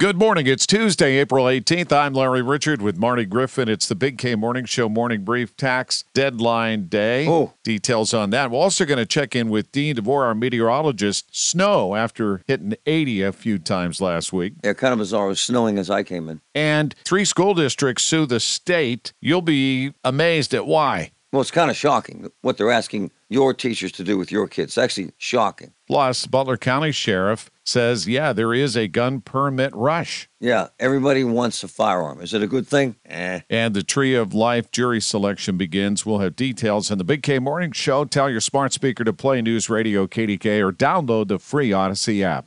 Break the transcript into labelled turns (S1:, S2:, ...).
S1: Good morning. It's Tuesday, April 18th. I'm Larry Richard with Marty Griffin. It's the Big K Morning Show Morning Brief Tax Deadline Day.
S2: Oh.
S1: Details on that. We're also going to check in with Dean DeVore, our meteorologist. Snow after hitting 80 a few times last week.
S2: Yeah, kind of bizarre. It was snowing as I came in.
S1: And three school districts sue the state. You'll be amazed at why.
S2: Well, it's kind of shocking what they're asking your teachers to do with your kids. It's actually shocking.
S1: Plus, Butler County Sheriff says, yeah, there is a gun permit rush.
S2: Yeah, everybody wants a firearm. Is it a good thing? Eh.
S1: And the Tree of Life jury selection begins. We'll have details in the Big K Morning Show. Tell your smart speaker to play News Radio KDK or download the free Odyssey app.